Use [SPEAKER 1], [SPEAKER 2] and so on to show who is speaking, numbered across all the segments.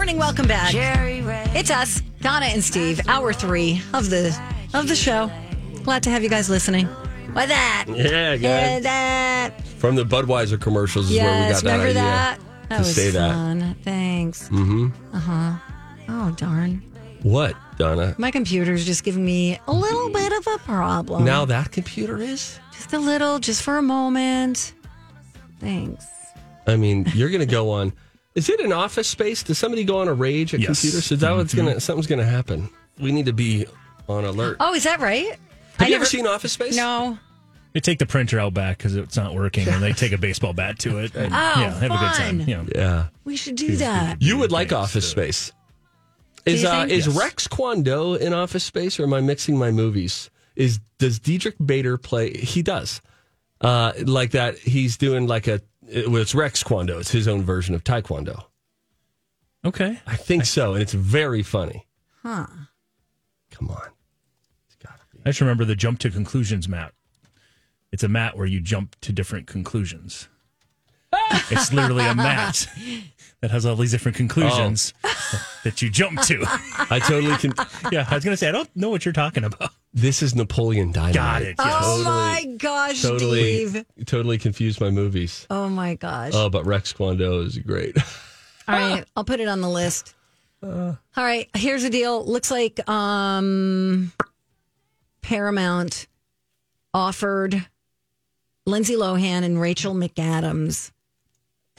[SPEAKER 1] Morning, welcome back. It's us, Donna and Steve, hour three of the of the show. Glad to have you guys listening. Why that?
[SPEAKER 2] Yeah, guys.
[SPEAKER 1] And that.
[SPEAKER 2] From the Budweiser commercials is where we got
[SPEAKER 1] Yes,
[SPEAKER 2] that
[SPEAKER 1] remember
[SPEAKER 2] idea.
[SPEAKER 1] that? That
[SPEAKER 2] to
[SPEAKER 1] was
[SPEAKER 2] say that.
[SPEAKER 1] fun. Thanks.
[SPEAKER 2] Mm-hmm.
[SPEAKER 1] Oh darn,
[SPEAKER 2] What, Donna?
[SPEAKER 1] my computer's just giving me a little bit of a problem.
[SPEAKER 2] Now that computer is?
[SPEAKER 1] just a little, just for a moment. Thanks.
[SPEAKER 2] I mean, you're going to go on. Is it an office space? Does somebody go on a rage at
[SPEAKER 3] Yes. Mm-hmm.
[SPEAKER 2] computers? Is that what's going to, something's going to happen? We need to be on alert.
[SPEAKER 1] Oh, is that right?
[SPEAKER 2] Have you ever seen Office Space?
[SPEAKER 1] No.
[SPEAKER 3] They take the printer out back because it's not working, and they take a baseball bat to it. And, yeah, have a good time.
[SPEAKER 1] Oh, fun.
[SPEAKER 3] Yeah.
[SPEAKER 2] Yeah.
[SPEAKER 1] We should do that.
[SPEAKER 2] You would like
[SPEAKER 3] Thanks,
[SPEAKER 2] Office
[SPEAKER 3] uh,
[SPEAKER 2] Space.
[SPEAKER 1] you
[SPEAKER 2] Is uh,
[SPEAKER 1] think?
[SPEAKER 2] is
[SPEAKER 3] Yes.
[SPEAKER 2] Rex Kwando in Office Space, or am I mixing my movies? Is does Diedrich Bader play? He does. Uh, like that, he's doing like a. It, well, it's Rex Kwando. It's his own version of Taekwondo.
[SPEAKER 3] Okay.
[SPEAKER 2] I think so, and it's very funny.
[SPEAKER 1] Huh.
[SPEAKER 2] Come on, it's gotta be.
[SPEAKER 3] I just remember the jump to conclusions mat. It's a mat where you jump to different conclusions. it's literally a mat that has all these different conclusions that you jump to.
[SPEAKER 2] I totally can.
[SPEAKER 3] yeah, I was gonna say I don't know what you're talking about.
[SPEAKER 2] this is Napoleon Dynamite.
[SPEAKER 3] Got it. yes.
[SPEAKER 1] Oh
[SPEAKER 2] Totally-
[SPEAKER 1] my gosh,
[SPEAKER 2] Totally,
[SPEAKER 1] Steve.
[SPEAKER 2] totally confused my movies.
[SPEAKER 1] Oh my gosh.
[SPEAKER 2] Oh, but Rex Kwando is great.
[SPEAKER 1] All right, I'll put it on the list. All right, here's the deal. Looks like um Paramount offered Lindsay Lohan and Rachel McAdams,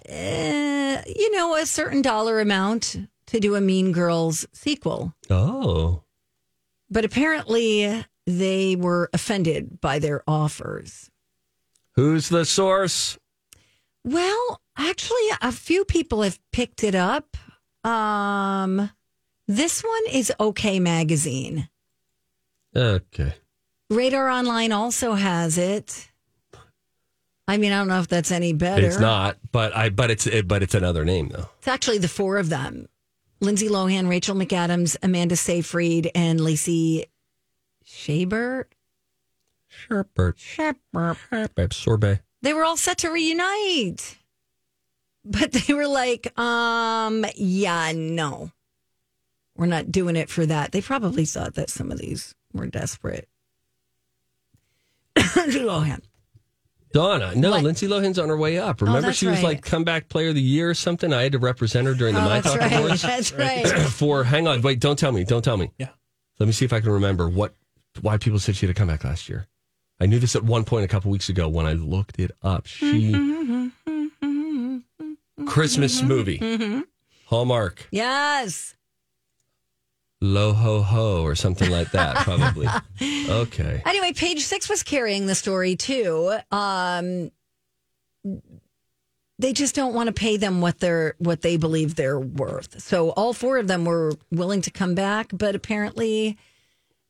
[SPEAKER 1] eh, you know, a certain dollar amount to do a Mean Girls sequel,
[SPEAKER 2] Oh,
[SPEAKER 1] but apparently they were offended by their offers.
[SPEAKER 2] who's the source?
[SPEAKER 1] Well, actually, a few people have picked it up. Um, this one is OK Magazine.
[SPEAKER 2] Okay.
[SPEAKER 1] Radar Online also has it. I mean, I don't know if that's any better.
[SPEAKER 2] It's not, but I but it's it, but it's another name though.
[SPEAKER 1] It's actually the four of them: Lindsay Lohan, Rachel McAdams, Amanda Seyfried, and Lacey Shabert.
[SPEAKER 2] Sherbert,
[SPEAKER 1] Shabert.
[SPEAKER 2] sherbet, sorbet.
[SPEAKER 1] they were all set to reunite but they were like um yeah no we're not doing it for that they probably thought that some of these were desperate Oh, Lohan.
[SPEAKER 2] Donna, no,
[SPEAKER 1] What? Oh,
[SPEAKER 2] Lindsay Lohan's on her way up. Remember,
[SPEAKER 1] that's
[SPEAKER 2] she was
[SPEAKER 1] right.
[SPEAKER 2] like comeback player of the year or something. I had to represent her during the
[SPEAKER 1] Oh,
[SPEAKER 2] My
[SPEAKER 1] that's
[SPEAKER 2] Talk
[SPEAKER 1] right.
[SPEAKER 2] Awards
[SPEAKER 1] That's right.
[SPEAKER 2] for. Hang on, wait, don't tell me, don't tell me.
[SPEAKER 3] Yeah.
[SPEAKER 2] Let me see if I can remember what why people said she had a comeback last year. I knew this at one point a couple weeks ago when I looked it up. She Christmas movie, Hallmark.
[SPEAKER 1] Yes.
[SPEAKER 2] lo ho ho or something like that probably okay
[SPEAKER 1] Anyway, page six was carrying the story too. Um, they just don't want to pay them what they're what they believe they're worth. So all four of them were willing to come back, but apparently,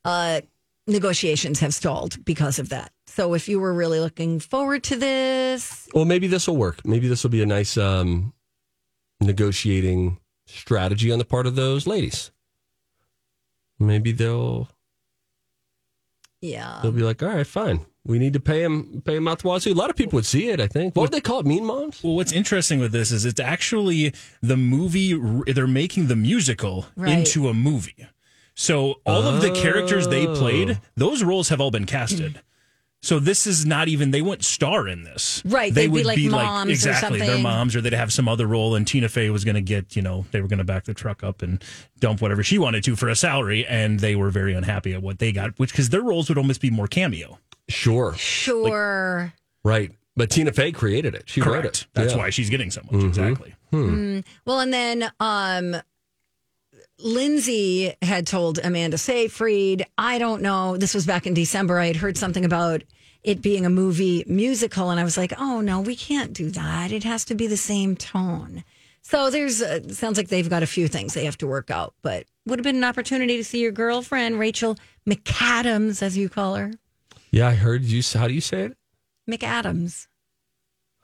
[SPEAKER 1] uh, negotiations have stalled because of that. So if you were really looking forward to this,
[SPEAKER 2] well maybe this will work maybe this will be a nice um negotiating strategy on the part of those ladies maybe they'll
[SPEAKER 1] yeah,
[SPEAKER 2] they'll be like all right fine we need to pay him pay him out the wazoo a lot of people would see it i think what would they call it mean moms
[SPEAKER 3] Well, what's interesting with this is it's actually the movie, they're making the musical
[SPEAKER 1] Right.
[SPEAKER 3] into a
[SPEAKER 2] Oh.
[SPEAKER 3] movie. So all of the characters they played, those roles have all been casted. So this is not even they wouldn't star in this,
[SPEAKER 1] Right,
[SPEAKER 3] They
[SPEAKER 1] they'd be
[SPEAKER 3] would
[SPEAKER 1] like
[SPEAKER 3] be
[SPEAKER 1] moms or
[SPEAKER 3] like exactly their
[SPEAKER 1] something.
[SPEAKER 3] moms, or they'd have some other role. And Tina Fey was going to get you know they were going to back the truck up and dump whatever she wanted to for a salary, and they were very unhappy at what they got, which because their roles would almost be more cameo.
[SPEAKER 2] Sure.
[SPEAKER 1] Sure.
[SPEAKER 2] Right. But Tina Fey created it. She wrote it.
[SPEAKER 3] That's
[SPEAKER 2] Yeah. Mm-hmm.
[SPEAKER 3] why she's getting so much. Exactly.
[SPEAKER 1] well, and then um, Lindsay had told Amanda Seyfried, I don't know. This was back in December. I had heard something about it being a movie musical, and I was like, oh no, we can't do that. It has to be the same tone. So there's uh, sounds like they've got a few things they have to work out, but would have been an opportunity to see your girlfriend Rachel McAdams, as you call her,
[SPEAKER 2] Yeah, I heard you. How do you say it?
[SPEAKER 1] McAdams,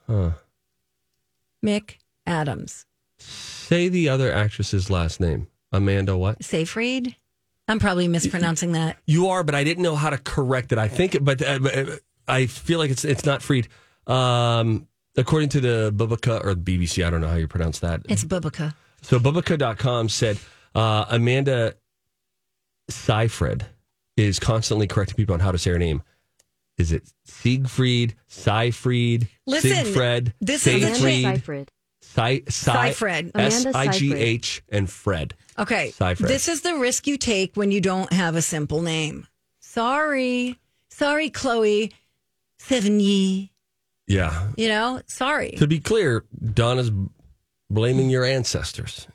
[SPEAKER 2] Huh.
[SPEAKER 1] Mick Adams,
[SPEAKER 2] Say the other actress's last name. Amanda what?
[SPEAKER 1] Seyfried. I'm probably mispronouncing that.
[SPEAKER 2] You are, but I didn't know how to correct it. I think, but uh, but, uh, I feel like it's it's not freed. Um, according to the Bubaka or BBC, I don't know how you pronounce that.
[SPEAKER 1] It's Bubaka.
[SPEAKER 2] So Bubaka.com said uh, Amanda Seyfried is constantly correcting people on how to say her name. Is it Siegfried, Seyfried,
[SPEAKER 1] Listen,
[SPEAKER 2] Siegfried,
[SPEAKER 1] this is
[SPEAKER 4] Amanda
[SPEAKER 2] Seyfried,
[SPEAKER 4] Seyfried.
[SPEAKER 2] Sy- Sy-
[SPEAKER 1] Seyfried.
[SPEAKER 2] S
[SPEAKER 4] Amanda
[SPEAKER 2] I G H, and Fred.
[SPEAKER 1] Okay.
[SPEAKER 2] Seyfried.
[SPEAKER 1] This is the risk you take when you don't have a simple name. Sorry. Sorry, Chloe. Sevigny.
[SPEAKER 2] Yeah.
[SPEAKER 1] You know, sorry.
[SPEAKER 2] To be clear, Donna's blaming your ancestors.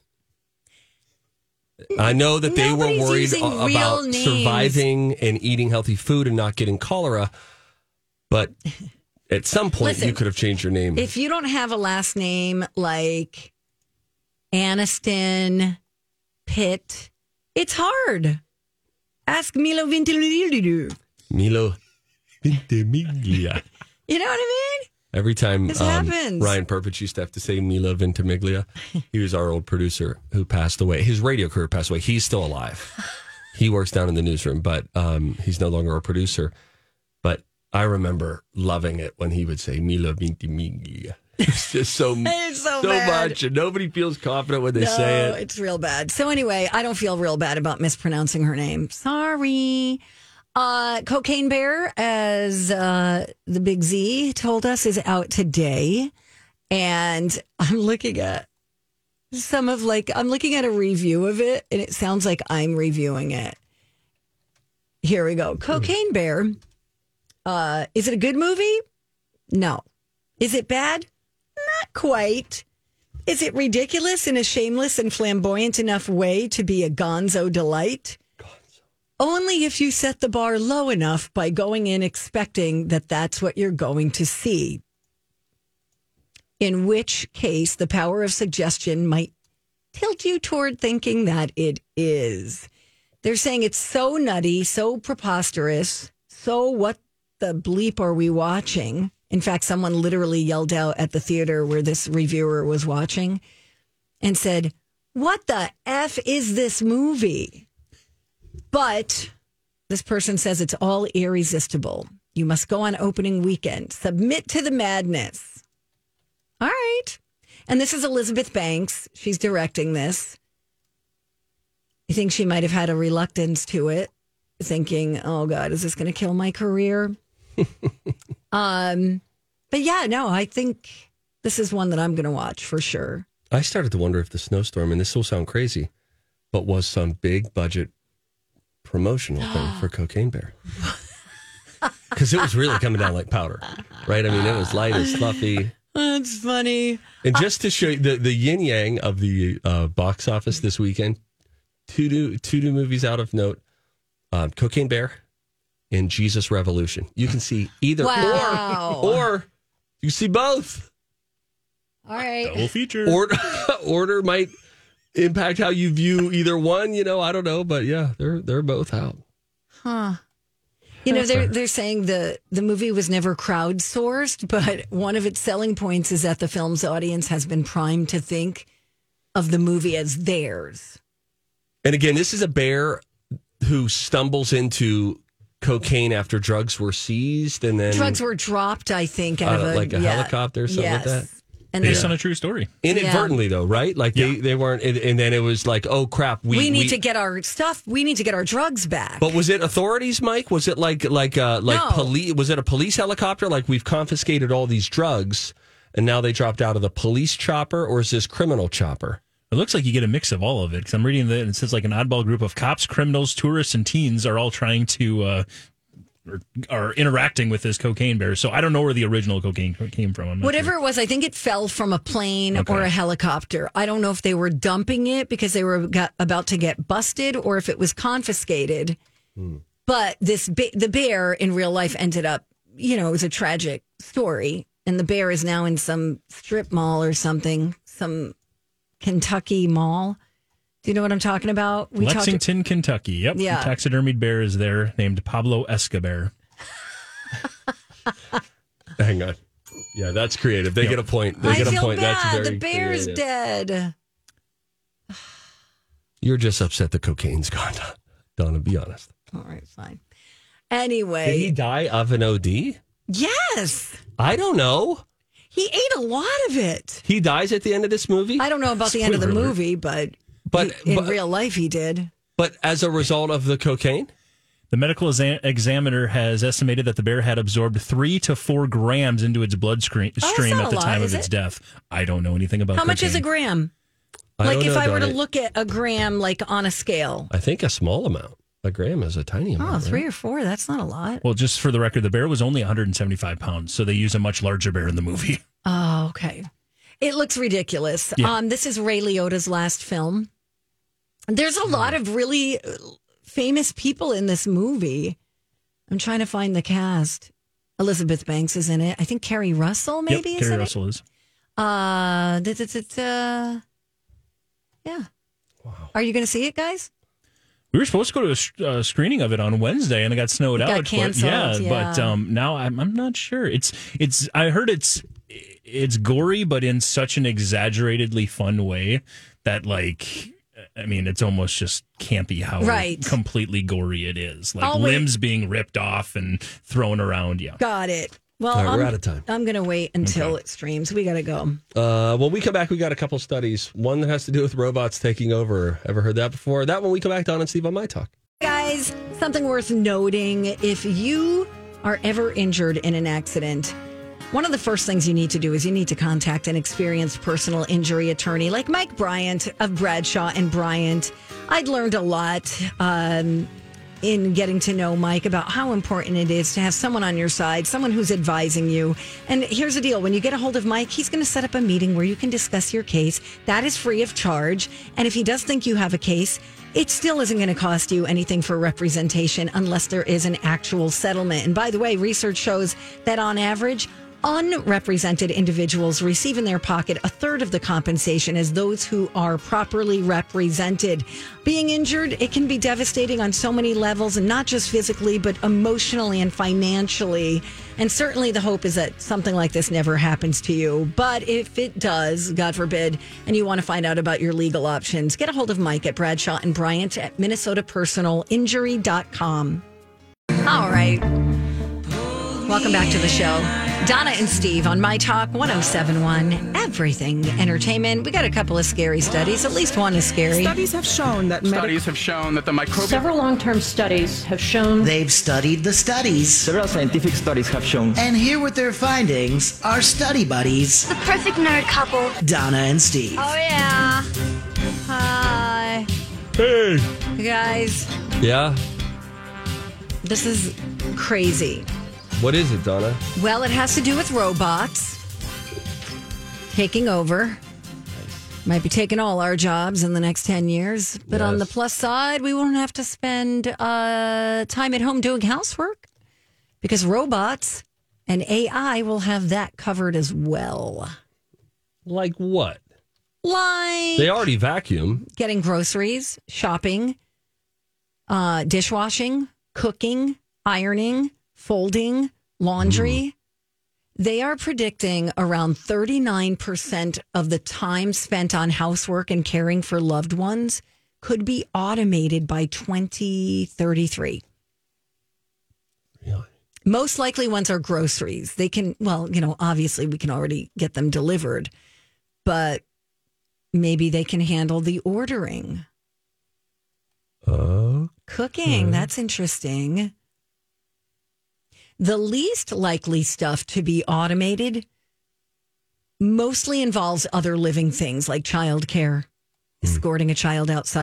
[SPEAKER 2] I know that they
[SPEAKER 1] Nobody's
[SPEAKER 2] were worried
[SPEAKER 1] using
[SPEAKER 2] a-
[SPEAKER 1] real
[SPEAKER 2] about
[SPEAKER 1] names.
[SPEAKER 2] surviving and eating healthy food and not getting cholera, but at some point
[SPEAKER 1] Listen,
[SPEAKER 2] you could have changed your name.
[SPEAKER 1] If you don't have a last name like Aniston, Pitt, it's hard. Ask Milo Ventimiglia.
[SPEAKER 2] Milo Ventimiglia.
[SPEAKER 1] You know what I mean?
[SPEAKER 2] Every time
[SPEAKER 1] This
[SPEAKER 2] um,
[SPEAKER 1] happens.
[SPEAKER 2] Ryan Perpich used to have to say Milo Ventimiglia, he was our old producer who passed away. His radio career passed away. He's still alive. he works down in the newsroom, but um, he's no longer our producer. But I remember loving it when he would say Milo Ventimiglia. It's just so,
[SPEAKER 1] It's so bad.
[SPEAKER 2] much, and nobody feels confident when they
[SPEAKER 1] no,
[SPEAKER 2] say it.
[SPEAKER 1] it's real bad. So anyway, I don't feel real bad about mispronouncing her name. Sorry. Uh, Cocaine Bear, as uh, the Big Z told us, is out today, and I'm looking at some of like I'm looking at a review of it, and it sounds like I'm reviewing it. Here we
[SPEAKER 2] Hmm.
[SPEAKER 1] go. Cocaine Bear. Uh, is it a good movie? No. Is it bad? Not quite. Is it ridiculous in a shameless and flamboyant enough way to be a gonzo delight? Only if you set the bar low enough by going in expecting that that's what you're going to see. In which case, the power of suggestion might tilt you toward thinking that it is. They're saying it's so nutty, so preposterous, so what the bleep are we watching? In fact, someone literally yelled out at the theater where this reviewer was watching and said, What the F is this movie? But this person says it's all irresistible. You must go on opening weekend, submit to the madness. All right. And this is Elizabeth Banks. She's directing this. I think she might have had a reluctance to it, thinking, "Oh God, is this going to kill my career?" um, but yeah, no, I think this is one that I'm going to watch for sure.
[SPEAKER 2] I started to wonder if the snowstorm, and this will sound crazy, but was some big budget promotional thing for Cocaine Bear. Because it was really coming down like powder, right? I mean, it was light and fluffy.
[SPEAKER 1] That's funny.
[SPEAKER 2] And just to show you the, the yin yang of the uh, box office this weekend, two new, two new movies out of note um, Cocaine Bear and Jesus Revolution. You can see either
[SPEAKER 1] Wow.
[SPEAKER 2] or, or you can see both.
[SPEAKER 1] All right,
[SPEAKER 3] Double feature.
[SPEAKER 2] order order might impact how you view either one. You know, I don't know, but yeah, they're they're both out.
[SPEAKER 1] huh? You know, they're they're saying the the movie was never crowdsourced, but one of its selling points is that the film's audience has been primed to think of the movie as theirs.
[SPEAKER 2] And again, this is a bear who stumbles into cocaine after drugs were seized, and then
[SPEAKER 1] drugs were dropped, I think, out
[SPEAKER 2] Uh,
[SPEAKER 1] of a,
[SPEAKER 2] like a
[SPEAKER 1] yeah.
[SPEAKER 2] helicopter or something like
[SPEAKER 1] yes.
[SPEAKER 2] that?
[SPEAKER 1] And
[SPEAKER 3] based
[SPEAKER 1] then
[SPEAKER 3] on a true story.
[SPEAKER 2] Inadvertently, though, right? Like they,
[SPEAKER 3] Yeah.
[SPEAKER 2] they weren't, and, and then it was like, oh crap, we,
[SPEAKER 1] we, need to get our stuff. We need to get our drugs back.
[SPEAKER 2] But was it authorities, Mike? Was it like like uh, like
[SPEAKER 1] No.
[SPEAKER 2] police? Was it a police helicopter? Like we've confiscated all these drugs, and now they dropped out of the police chopper, or is this criminal chopper?
[SPEAKER 3] It looks like you get a mix of all of it because I'm reading that and it says like an oddball group of cops, criminals, tourists, and teens are all trying to uh, are, are interacting with this cocaine bear. So I don't know where the original cocaine came from. I'm not
[SPEAKER 1] Whatever
[SPEAKER 3] sure.
[SPEAKER 1] it was, I think it fell from a plane
[SPEAKER 3] Okay.
[SPEAKER 1] or a helicopter. I don't know if they were dumping it because they were got, about to get busted or if it was confiscated.
[SPEAKER 2] Hmm.
[SPEAKER 1] But this ba- the bear in real life ended up, you know, it was a tragic story, and the bear is now in some strip mall or something, some Kentucky mall. Do you know what I'm talking about? We talked.
[SPEAKER 3] Lexington, Kentucky. Yep.
[SPEAKER 1] Yeah.
[SPEAKER 3] The taxidermied bear is there named Pablo Escobar.
[SPEAKER 2] Hang on, yeah, that's creative. They get a point. They
[SPEAKER 1] I
[SPEAKER 2] get a
[SPEAKER 1] feel
[SPEAKER 2] point. That's
[SPEAKER 1] bad.
[SPEAKER 2] very
[SPEAKER 1] The bear's
[SPEAKER 2] creative.
[SPEAKER 1] dead.
[SPEAKER 2] You're just upset the cocaine's gone, Donna. Be honest.
[SPEAKER 1] All right, fine.
[SPEAKER 2] Did he
[SPEAKER 1] Anyway,
[SPEAKER 2] die of an OD?
[SPEAKER 1] yes.
[SPEAKER 2] I don't know.
[SPEAKER 1] He ate a lot of it.
[SPEAKER 2] He dies at the end of this movie.
[SPEAKER 1] I don't know about the end of the
[SPEAKER 3] Spoiler alert.
[SPEAKER 1] movie, but
[SPEAKER 2] But-
[SPEAKER 1] he- in
[SPEAKER 2] but-
[SPEAKER 1] real life he did.
[SPEAKER 2] But as a result of the cocaine,
[SPEAKER 3] The medical exa- examiner has estimated that the bear had absorbed three to four grams into its blood screen-
[SPEAKER 1] Oh, that's
[SPEAKER 3] stream
[SPEAKER 1] not
[SPEAKER 3] at
[SPEAKER 1] a
[SPEAKER 3] the
[SPEAKER 1] lot,
[SPEAKER 3] time
[SPEAKER 1] is
[SPEAKER 3] of its
[SPEAKER 1] it?
[SPEAKER 3] death. I don't know anything about
[SPEAKER 1] How much is a
[SPEAKER 3] cocaine.
[SPEAKER 1] gram?
[SPEAKER 2] Oh, I
[SPEAKER 1] like
[SPEAKER 2] don't
[SPEAKER 1] if
[SPEAKER 2] know,
[SPEAKER 1] I were to
[SPEAKER 2] Donna.
[SPEAKER 1] look at a gram like on a scale.
[SPEAKER 2] I think a small amount. A gram is a tiny amount.
[SPEAKER 1] Oh,
[SPEAKER 2] right?
[SPEAKER 1] three or four, that's not a lot.
[SPEAKER 3] Well, just for the record, the bear was only 175 pounds, so they use a much larger bear in the movie.
[SPEAKER 1] Oh, okay. It looks ridiculous.
[SPEAKER 3] Yeah.
[SPEAKER 1] Um, this is Ray Liotta's last film. There's a lot of really uh, famous people in this movie. I'm trying to find the cast. Elizabeth Banks is in it. I think Carrie Russell maybe is
[SPEAKER 3] yep, Carrie
[SPEAKER 1] in it.
[SPEAKER 3] Russell is.
[SPEAKER 1] Uh, da, da, da, da. yeah. Wow. Are you going to see it, guys?
[SPEAKER 3] We were supposed to go to a s- uh, screening of it on Wednesday, and it got snowed
[SPEAKER 1] It got
[SPEAKER 3] out.
[SPEAKER 1] canceled,
[SPEAKER 3] But, yeah, but
[SPEAKER 1] yeah.
[SPEAKER 3] um, now I'm, I'm not sure. It's it's. I heard it's it's gory, but in such an exaggeratedly fun way that like. I mean, it's almost just campy how
[SPEAKER 1] Right.
[SPEAKER 3] completely gory it is. Like
[SPEAKER 1] I'll wait.
[SPEAKER 3] limbs being ripped off and thrown around. Yeah.
[SPEAKER 1] Got it. Well,
[SPEAKER 2] All right,
[SPEAKER 1] I'm,
[SPEAKER 2] we're out of time.
[SPEAKER 1] I'm going to wait until it streams. We got to go.
[SPEAKER 2] Uh, when we come back, we got a couple studies. One that has to do with robots taking over. Ever heard that before? That one we come back to on and Steve on my talk.
[SPEAKER 1] Guys, something worth noting if you are ever injured in an accident, one of the first things you need to do is you need to contact an experienced personal injury attorney like Mike Bryant of Bradshaw and Bryant. I'd learned a lot um, in getting to know Mike about how important it is to have someone on your side, someone who's advising you. And here's the deal when you get a hold of Mike, he's going to set up a meeting where you can discuss your case. That is free of charge. And if he does think you have a case, it still isn't going to cost you anything for representation unless there is an actual settlement. And by the way, research shows that on average, unrepresented individuals receive in their pocket a third of the compensation as those who are properly represented. Being injured, it can be devastating on so many levels, and not just physically, but emotionally and financially. And certainly the hope is that something like this never happens to you. But if it does, God forbid, and you want to find out about your legal options, get a hold of Mike at Bradshaw and Bryant at minnesotapersonalinjury.com. All right. Welcome back to the show. Donna and Steve on My Talk 1071, Everything Entertainment. We got a couple of scary studies. At least one is scary.
[SPEAKER 5] Studies have shown that medical
[SPEAKER 4] Studies have shown that the microbial
[SPEAKER 6] Several long term studies have shown
[SPEAKER 7] They've studied the studies.
[SPEAKER 8] Several scientific studies have shown
[SPEAKER 7] And here with their findings are study buddies,
[SPEAKER 9] The perfect nerd couple.
[SPEAKER 7] Donna and Steve.
[SPEAKER 1] Oh, yeah. Hi.
[SPEAKER 3] Hey.
[SPEAKER 1] You guys,
[SPEAKER 2] Yeah.
[SPEAKER 1] this is crazy.
[SPEAKER 2] What is it, Donna?
[SPEAKER 1] Well, it has to do with robots taking over. Might be taking all our jobs in the next 10 years. But on
[SPEAKER 2] Yes.
[SPEAKER 1] the plus side, we won't have to spend uh, time at home doing housework because robots and AI will have that covered as well.
[SPEAKER 2] Like what?
[SPEAKER 1] Like
[SPEAKER 2] They already vacuum.
[SPEAKER 1] getting groceries, shopping, uh, dishwashing, cooking, ironing, folding, laundry. They are predicting around 39% of the time spent on housework and caring for loved ones could be automated by 2033.
[SPEAKER 2] Really?
[SPEAKER 1] Most likely ones are groceries. They can, well, you know, obviously we can already get them delivered, but maybe they can handle the ordering.
[SPEAKER 2] Oh,
[SPEAKER 1] Cooking, that's interesting. The least likely stuff to be automated mostly involves other living things like childcare, escorting a child outside.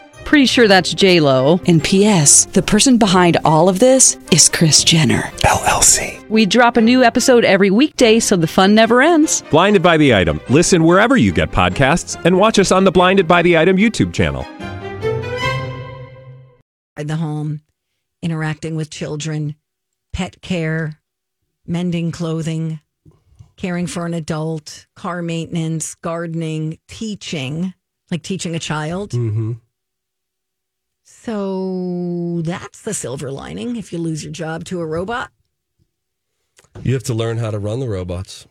[SPEAKER 10] Pretty sure that's J Lo.
[SPEAKER 11] And P.S. The person behind all of this is Chris Jenner
[SPEAKER 9] LLC.
[SPEAKER 10] We drop a new episode every weekday, so the fun never ends.
[SPEAKER 9] Blinded by the item. Listen wherever you get podcasts, and watch us on the Blinded by the Item YouTube channel.
[SPEAKER 1] the home, interacting with children, pet care, mending clothing, caring for an adult, car maintenance, gardening, teaching, like teaching a child.
[SPEAKER 2] mm-hmm.
[SPEAKER 1] So that's the silver lining if you lose your job to a robot.
[SPEAKER 2] you have to learn how to run the robots.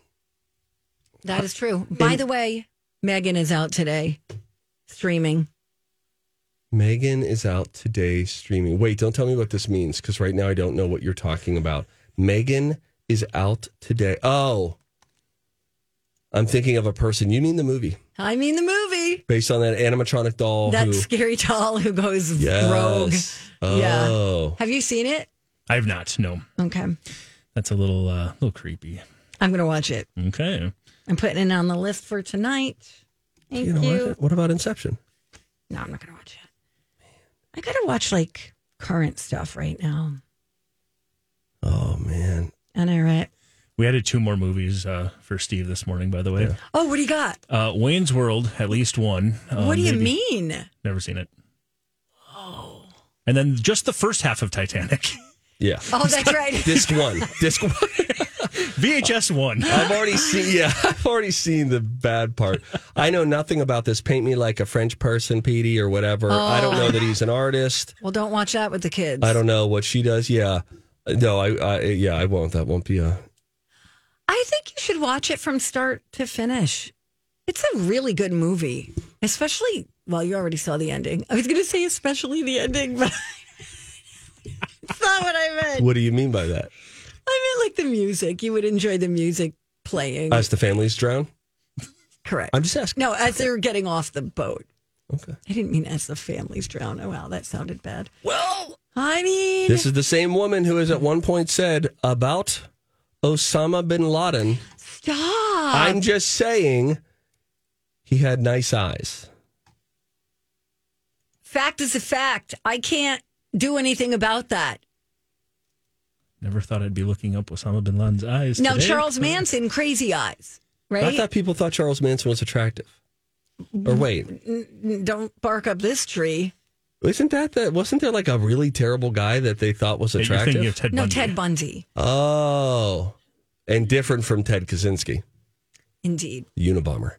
[SPEAKER 1] That is true. By the way, Megan is out today streaming.
[SPEAKER 2] Megan is out today streaming. Wait, don't tell me what this means because right now I don't know what you're talking about. Megan is out today. Oh, I'm thinking of a person. You mean the movie
[SPEAKER 1] I mean, the movie.
[SPEAKER 2] based on that animatronic doll?
[SPEAKER 1] that
[SPEAKER 2] Oh, who,
[SPEAKER 1] scary doll who goes rogue.
[SPEAKER 2] yes. Oh,
[SPEAKER 1] Have you seen it?
[SPEAKER 3] I have not. No,
[SPEAKER 1] Okay. I'm
[SPEAKER 3] that's a little uh, little creepy.
[SPEAKER 1] going to watch it.
[SPEAKER 3] Okay.
[SPEAKER 1] I'm putting it on the list for tonight. Thank you.
[SPEAKER 2] you know what? What about Inception?
[SPEAKER 1] No, I'm not going to watch it. I got to watch like current stuff right now.
[SPEAKER 2] Oh man,
[SPEAKER 1] And I read.
[SPEAKER 3] We added two more movies uh, for Steve this morning, by the way.
[SPEAKER 1] Oh, what do you got?
[SPEAKER 3] Uh, Wayne's World, at least one.
[SPEAKER 2] Oh,
[SPEAKER 3] Um,
[SPEAKER 1] what do you
[SPEAKER 3] maybe-
[SPEAKER 1] mean?
[SPEAKER 3] Never seen it. Oh. And then just the first half of Titanic,
[SPEAKER 2] yeah.
[SPEAKER 1] Oh, that's right.
[SPEAKER 2] Disc one. Disc one.
[SPEAKER 3] VHS one.
[SPEAKER 2] I've already seen. Yeah, I've already seen the bad part. I know nothing about this. Paint me like a French person, Petey, or whatever. I don't know that he's an artist.
[SPEAKER 1] Well, don't watch that with the kids.
[SPEAKER 2] I don't know what she does. Yeah, no, I, I yeah, I won't. That won't be a.
[SPEAKER 1] I think you should watch it from start to finish. It's a really good movie, especially. Well, you already saw the ending. I was going to say especially the ending, but it's not what I meant.
[SPEAKER 2] What do you mean by that?
[SPEAKER 1] I meant like the music. You would enjoy the music playing.
[SPEAKER 2] As the families drown.
[SPEAKER 1] Correct.
[SPEAKER 2] I'm just asking.
[SPEAKER 1] No, as they're getting off the boat.
[SPEAKER 2] Okay.
[SPEAKER 1] I didn't mean as the families drown. Oh, wow, that sounded bad. Well, I mean,
[SPEAKER 2] This is the same woman who has at one point said about Osama bin Laden.
[SPEAKER 1] stop. Uh.
[SPEAKER 2] I'm just saying, he had nice eyes.
[SPEAKER 1] fact is a fact. I can't do anything about that.
[SPEAKER 3] Never thought I'd be looking up Osama bin Laden's eyes.
[SPEAKER 1] Now,
[SPEAKER 3] today.
[SPEAKER 1] Charles Manson, crazy eyes,
[SPEAKER 2] I
[SPEAKER 1] right?
[SPEAKER 2] thought people thought Charles Manson was attractive. Or wait,
[SPEAKER 1] Don't bark up this tree.
[SPEAKER 2] isn't that that? Wasn't there like a really terrible guy that they thought was
[SPEAKER 3] Hey, You're thinking
[SPEAKER 2] attractive?
[SPEAKER 3] of Ted
[SPEAKER 1] no,
[SPEAKER 3] Bundy.
[SPEAKER 1] Ted Bundy.
[SPEAKER 2] oh, and different from Ted Kaczynski,
[SPEAKER 1] Indeed.
[SPEAKER 2] Unabomber.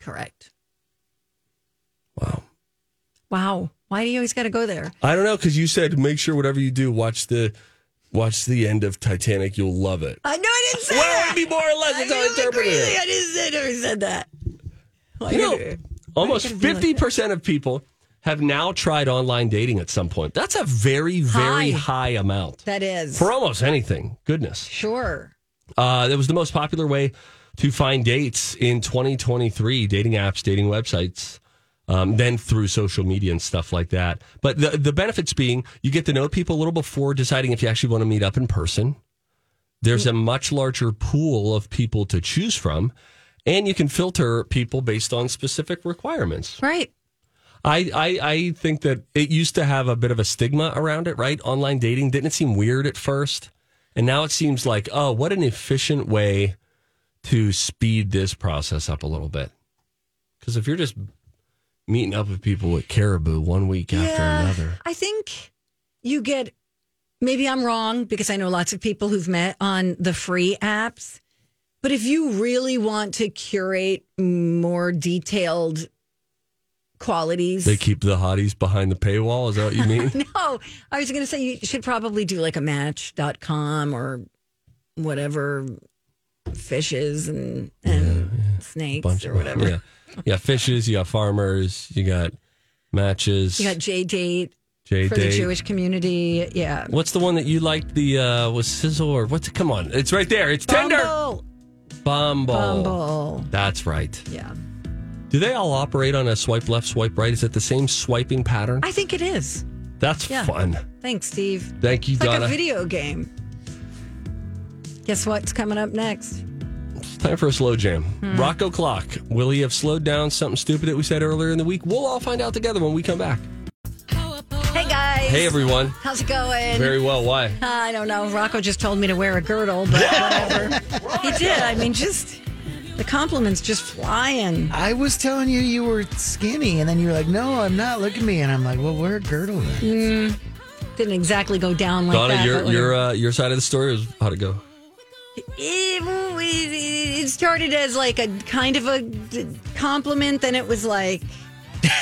[SPEAKER 1] Correct.
[SPEAKER 2] Wow.
[SPEAKER 1] Wow. Why do you always got to go there?
[SPEAKER 2] I don't know because you said make sure whatever you do, watch the watch the end of Titanic. You'll love it.
[SPEAKER 1] I know I didn't say
[SPEAKER 2] Well,
[SPEAKER 1] that.
[SPEAKER 2] it'd be more or less.
[SPEAKER 1] I,
[SPEAKER 2] That's how I
[SPEAKER 1] feel like
[SPEAKER 2] interpreted
[SPEAKER 1] crazy.
[SPEAKER 2] it.
[SPEAKER 1] I didn't say I never said that. Why
[SPEAKER 2] You know,
[SPEAKER 1] did-
[SPEAKER 2] Almost
[SPEAKER 1] gotta be like that?
[SPEAKER 2] fifty percent of people have now tried online dating at some point. That's a very
[SPEAKER 1] High.
[SPEAKER 2] very high amount
[SPEAKER 1] that is
[SPEAKER 2] for almost anything. Goodness.
[SPEAKER 1] sure.
[SPEAKER 2] Uh, that was the most popular way to find dates in 2023 dating apps, dating websites, um, then through social media and stuff like that. But the, the benefits being you get to know people a little before deciding if you actually want to meet up in person. There's a much larger pool of people to choose from, and you can filter people based on specific requirements.
[SPEAKER 1] Right.
[SPEAKER 2] I, I I think that it used to have a bit of a stigma around it, right? Online dating didn't it seem weird at first, and now it seems like oh, what an efficient way to speed this process up a little bit. Because if you're just meeting up with people at Caribou one week after another,
[SPEAKER 1] I think you get maybe I'm wrong because I know lots of people who've met on the free apps. But if you really want to curate more detailed qualities,
[SPEAKER 2] they keep the hotties behind the paywall. Is that what you mean?
[SPEAKER 1] no, I was going to say you should probably do like a match.com or whatever fishes and, and snakes
[SPEAKER 2] bunch
[SPEAKER 1] or
[SPEAKER 2] of
[SPEAKER 1] whatever.
[SPEAKER 2] Yeah. yeah, fishes. You got farmers. You got matches.
[SPEAKER 1] You got J Date
[SPEAKER 2] J
[SPEAKER 1] for the
[SPEAKER 2] Date.
[SPEAKER 1] Jewish community. Yeah.
[SPEAKER 2] What's the one that you liked? The uh, was sizzle or what's? Come on, it's right there. It's Tinder.
[SPEAKER 1] Bumble.
[SPEAKER 2] Bumble.
[SPEAKER 1] Bumble.
[SPEAKER 2] That's right.
[SPEAKER 1] Yeah.
[SPEAKER 2] Do they all operate on a swipe left, swipe right? Is it the same swiping pattern?
[SPEAKER 1] I think it is.
[SPEAKER 2] That's
[SPEAKER 1] yeah.
[SPEAKER 2] fun.
[SPEAKER 1] Thanks, Steve.
[SPEAKER 2] Thank you,
[SPEAKER 1] It's like
[SPEAKER 2] Donna.
[SPEAKER 1] a video game. Guess what's coming up next?
[SPEAKER 2] It's time for a slow jam.
[SPEAKER 1] Hmm.
[SPEAKER 2] Rocco Clock. Will he have slowed down something stupid that we said earlier in the week? We'll all find out together when we come back.
[SPEAKER 1] Hey guys.
[SPEAKER 2] Hey, everyone.
[SPEAKER 1] How's it going?
[SPEAKER 2] Very well. Why?
[SPEAKER 1] I don't know. Rocco just told me to wear a girdle, but whatever. he did. I mean, just the compliments just flying.
[SPEAKER 7] I was telling you you were skinny, and then you were like, "No, I'm not. Look at me." And I'm like, "Well, wear a girdle." Then.
[SPEAKER 1] Mm, didn't exactly go down like
[SPEAKER 2] Donna,
[SPEAKER 1] that.
[SPEAKER 2] your
[SPEAKER 1] but whatever.
[SPEAKER 2] your uh, your side of the story is how'd it go?
[SPEAKER 1] it, it, it started as like a kind of a d- compliment, then it was like,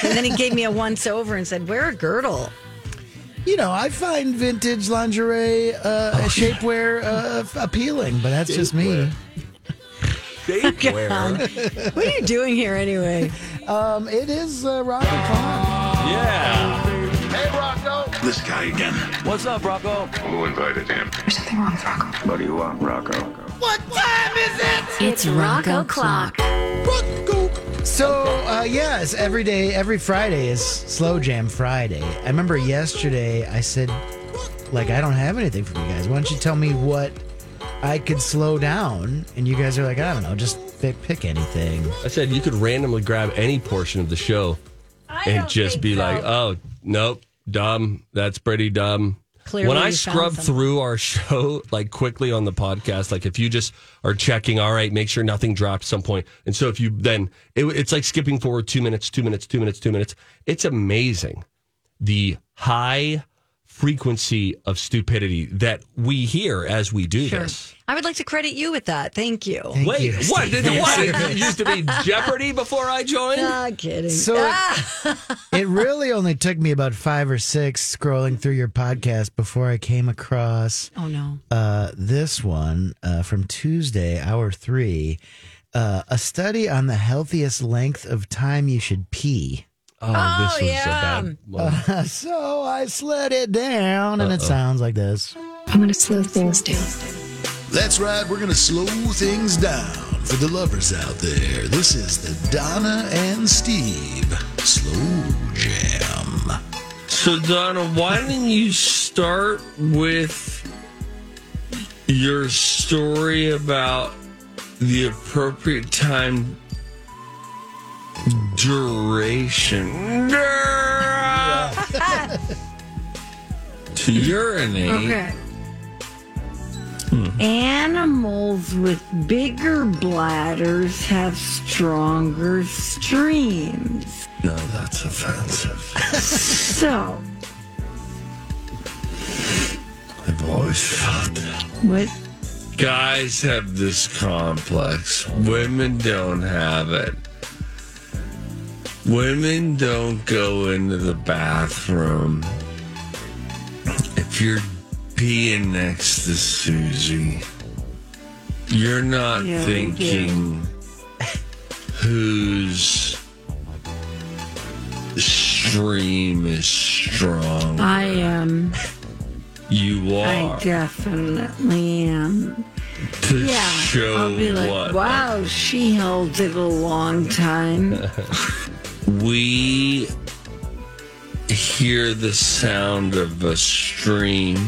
[SPEAKER 1] and then he gave me a once over and said, "Wear a girdle."
[SPEAKER 7] You know, I find vintage lingerie, uh, shapewear, uh, f- appealing, but that's just me.
[SPEAKER 1] what are you doing here anyway?
[SPEAKER 7] Um, it is uh, Rocket Clock.
[SPEAKER 2] Yeah.
[SPEAKER 7] Hey, Rocco.
[SPEAKER 12] This guy again.
[SPEAKER 2] What's up, Rocco?
[SPEAKER 12] Who invited him? There's something wrong with Rocco. What do you want, Rocco?
[SPEAKER 7] What time is it?
[SPEAKER 12] It's Rocco Clock.
[SPEAKER 7] So uh, yes, every day, every Friday is Slow Jam Friday. I remember yesterday I said, like, I don't have anything for you guys. Why don't you tell me what I could slow down? And you guys are like, I don't know, just pick, pick anything.
[SPEAKER 2] I said you could randomly grab any portion of the show and just be like, "Oh, nope, dumb. That's pretty dumb."
[SPEAKER 1] Clearly
[SPEAKER 2] when
[SPEAKER 1] you
[SPEAKER 2] I
[SPEAKER 1] found
[SPEAKER 2] scrub
[SPEAKER 1] something.
[SPEAKER 2] through our show like quickly on the podcast, like if you just are checking, all right, make sure nothing dropped some point. And so if you then it, it's like skipping forward two minutes, two minutes, two minutes, two minutes. It's amazing the high frequency of stupidity that we hear as we do this.
[SPEAKER 1] I would like to credit you with that. Thank you.
[SPEAKER 2] Wait, what? Did,
[SPEAKER 7] Thank
[SPEAKER 2] what?
[SPEAKER 7] you.
[SPEAKER 2] It used to be Jeopardy before I joined.
[SPEAKER 1] Not kidding. Ah!
[SPEAKER 7] So it really only took me about five or six scrolling through your podcast before I came across.
[SPEAKER 1] Oh, no.
[SPEAKER 7] Uh, this one uh, from Tuesday, hour three, uh, a study on the healthiest length of time you should pee.
[SPEAKER 2] Oh,
[SPEAKER 1] this Oh, was a yeah. bad
[SPEAKER 7] Uh, so I slid it down, and it
[SPEAKER 12] Uh-oh.
[SPEAKER 7] sounds like this.
[SPEAKER 12] I'm going to slow things down. That's right, we're going to slow things down. For the lovers out there, this is the Donna and Steve Slow Jam.
[SPEAKER 2] So, Donna, why didn't you start with your story about the appropriate time duration to urinate?
[SPEAKER 12] Okay.
[SPEAKER 2] Hmm.
[SPEAKER 13] Animals with bigger bladders have stronger streams.
[SPEAKER 12] No, that's offensive.
[SPEAKER 13] so,
[SPEAKER 12] I've always felt that.
[SPEAKER 13] what?
[SPEAKER 12] Guys have this complex. Women don't have it. Women don't go into the bathroom. If you're peeing next to Susie, you're not
[SPEAKER 13] Yeah, we do.
[SPEAKER 12] thinking whose stream is strong.
[SPEAKER 13] I am.
[SPEAKER 12] you
[SPEAKER 13] I
[SPEAKER 12] are.
[SPEAKER 13] definitely am.
[SPEAKER 12] to
[SPEAKER 13] Yeah.
[SPEAKER 12] show
[SPEAKER 13] I'll be like,
[SPEAKER 12] what
[SPEAKER 13] wow, she held it a long time.
[SPEAKER 12] we hear the sound of a stream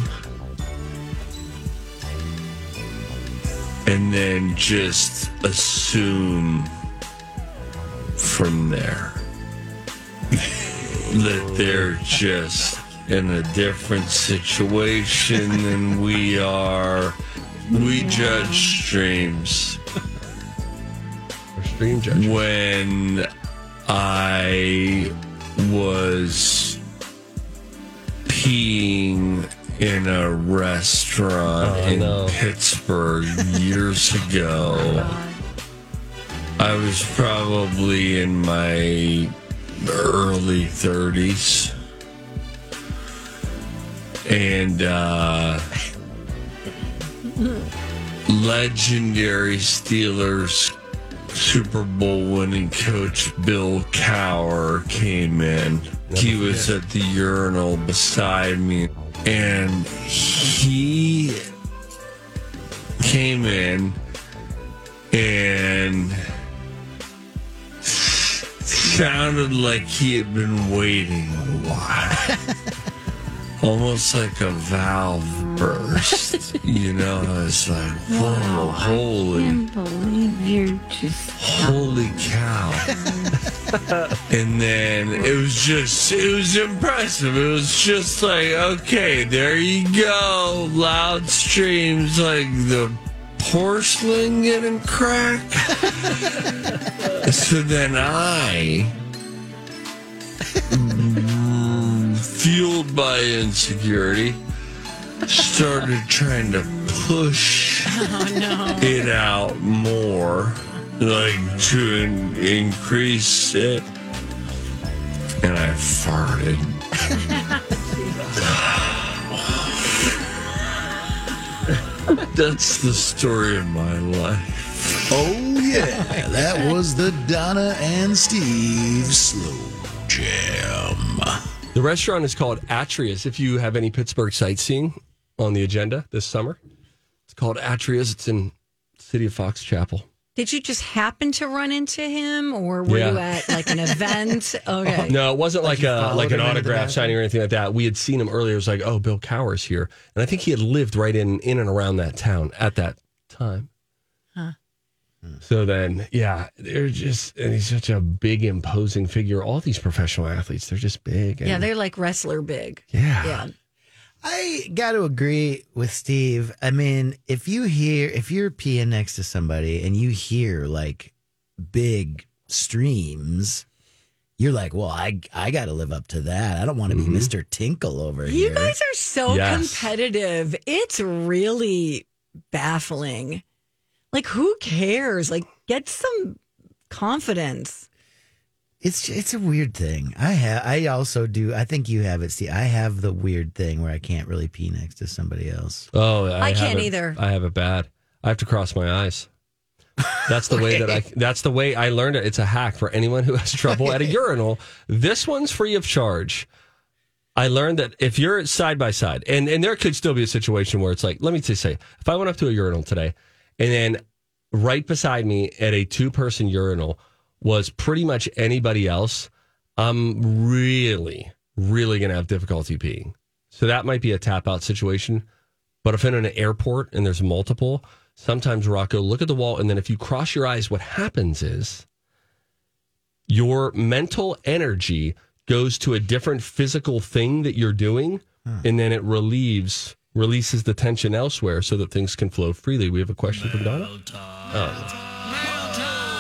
[SPEAKER 12] and then just assume from there
[SPEAKER 14] that they're just in a different situation than we are. We judge streams.
[SPEAKER 2] Or stream judge.
[SPEAKER 14] When I was peeing in a restaurant
[SPEAKER 2] Oh,
[SPEAKER 14] in
[SPEAKER 2] no.
[SPEAKER 14] Pittsburgh years ago. I was probably in my early 30s. And uh, legendary Steelers Super Bowl winning coach Bill Cower came in. he was at the urinal beside me, and he came in and sounded like he had been waiting a while. Almost like a valve burst. you know, I was like, whoa, holy
[SPEAKER 13] can't believe you're just.
[SPEAKER 14] Holy cow. and then it was just, it was impressive. It was just like, okay, there you go. Loud streams like the porcelain getting cracked. so then I, mm, fueled by insecurity, started trying to push it out more, like to in- increase it. And I farted. That's the story of my life.
[SPEAKER 12] Oh, yeah. That was the Donna and Steve Slow Jam.
[SPEAKER 2] The restaurant is called Atreus. If you have any Pittsburgh sightseeing on the agenda this summer, it's called Atreus. It's in City of Fox Chapel.
[SPEAKER 1] Did you just happen to run into him, or were
[SPEAKER 2] Yeah.
[SPEAKER 1] you at like an event? Okay.
[SPEAKER 2] No, it wasn't like,
[SPEAKER 1] you
[SPEAKER 2] a
[SPEAKER 1] followed
[SPEAKER 2] like
[SPEAKER 1] him
[SPEAKER 2] an
[SPEAKER 1] into the
[SPEAKER 2] autograph
[SPEAKER 1] bathroom?
[SPEAKER 2] signing or anything like that. We had seen him earlier. It was like, oh, Bill Cower's here, and I think he had lived right in in and around that town at that time.
[SPEAKER 1] Huh.
[SPEAKER 2] So then, yeah, they're just and he's such a big, imposing figure. All these professional athletes, they're just big. And
[SPEAKER 1] Yeah, they're like wrestler big.
[SPEAKER 2] Yeah.
[SPEAKER 1] Yeah.
[SPEAKER 7] I got to agree with Steve. I mean, if you hear, if you're peeing next to somebody and you hear like big streams, you're like, well, I I got to live up to that. I don't want to
[SPEAKER 2] Mm-hmm.
[SPEAKER 7] be Mr. Tinkle over
[SPEAKER 1] You
[SPEAKER 7] here.
[SPEAKER 1] guys are so
[SPEAKER 7] Yes.
[SPEAKER 1] competitive. It's really baffling. Like, who cares? Like, get some confidence.
[SPEAKER 7] It's it's a weird thing. I have. I also do. I think you have it. See, I have the weird thing where I can't really pee next to somebody else.
[SPEAKER 2] Oh, I,
[SPEAKER 1] I
[SPEAKER 2] have
[SPEAKER 1] can't
[SPEAKER 2] it-
[SPEAKER 1] either.
[SPEAKER 2] I have it bad. I have to cross my eyes. That's the way that I. That's the way I learned it. It's a hack for anyone who has trouble at a urinal. This one's free of charge. I learned that if you're side by side, and and there could still be a situation where it's like, let me just say, if I went up to a urinal today, and then right beside me at a two person urinal was pretty much anybody else, I'm really, really gonna have difficulty peeing. So that might be a tap out situation. But if in an airport and there's multiple, sometimes Rocco look at the wall, and then if you cross your eyes, what happens is your mental energy goes to a different physical thing that you're doing and then it relieves releases the tension elsewhere so that things can flow freely we have a question from donna oh.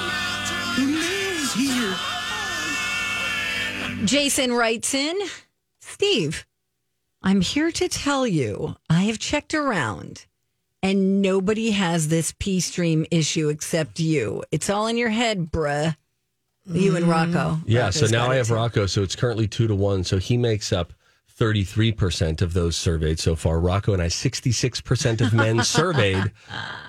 [SPEAKER 1] Jason writes in Steve, I'm here to tell you I have checked around and nobody has this P stream issue except you. It's all in your head, bruh. You and Rocco.
[SPEAKER 2] Mm-hmm. yeah
[SPEAKER 1] Rocco's
[SPEAKER 2] so now
[SPEAKER 1] got
[SPEAKER 2] i
[SPEAKER 1] it
[SPEAKER 2] have
[SPEAKER 1] too.
[SPEAKER 2] rocco so it's currently two to one so he makes up 33% of those surveyed so far rocco and i 66% of men surveyed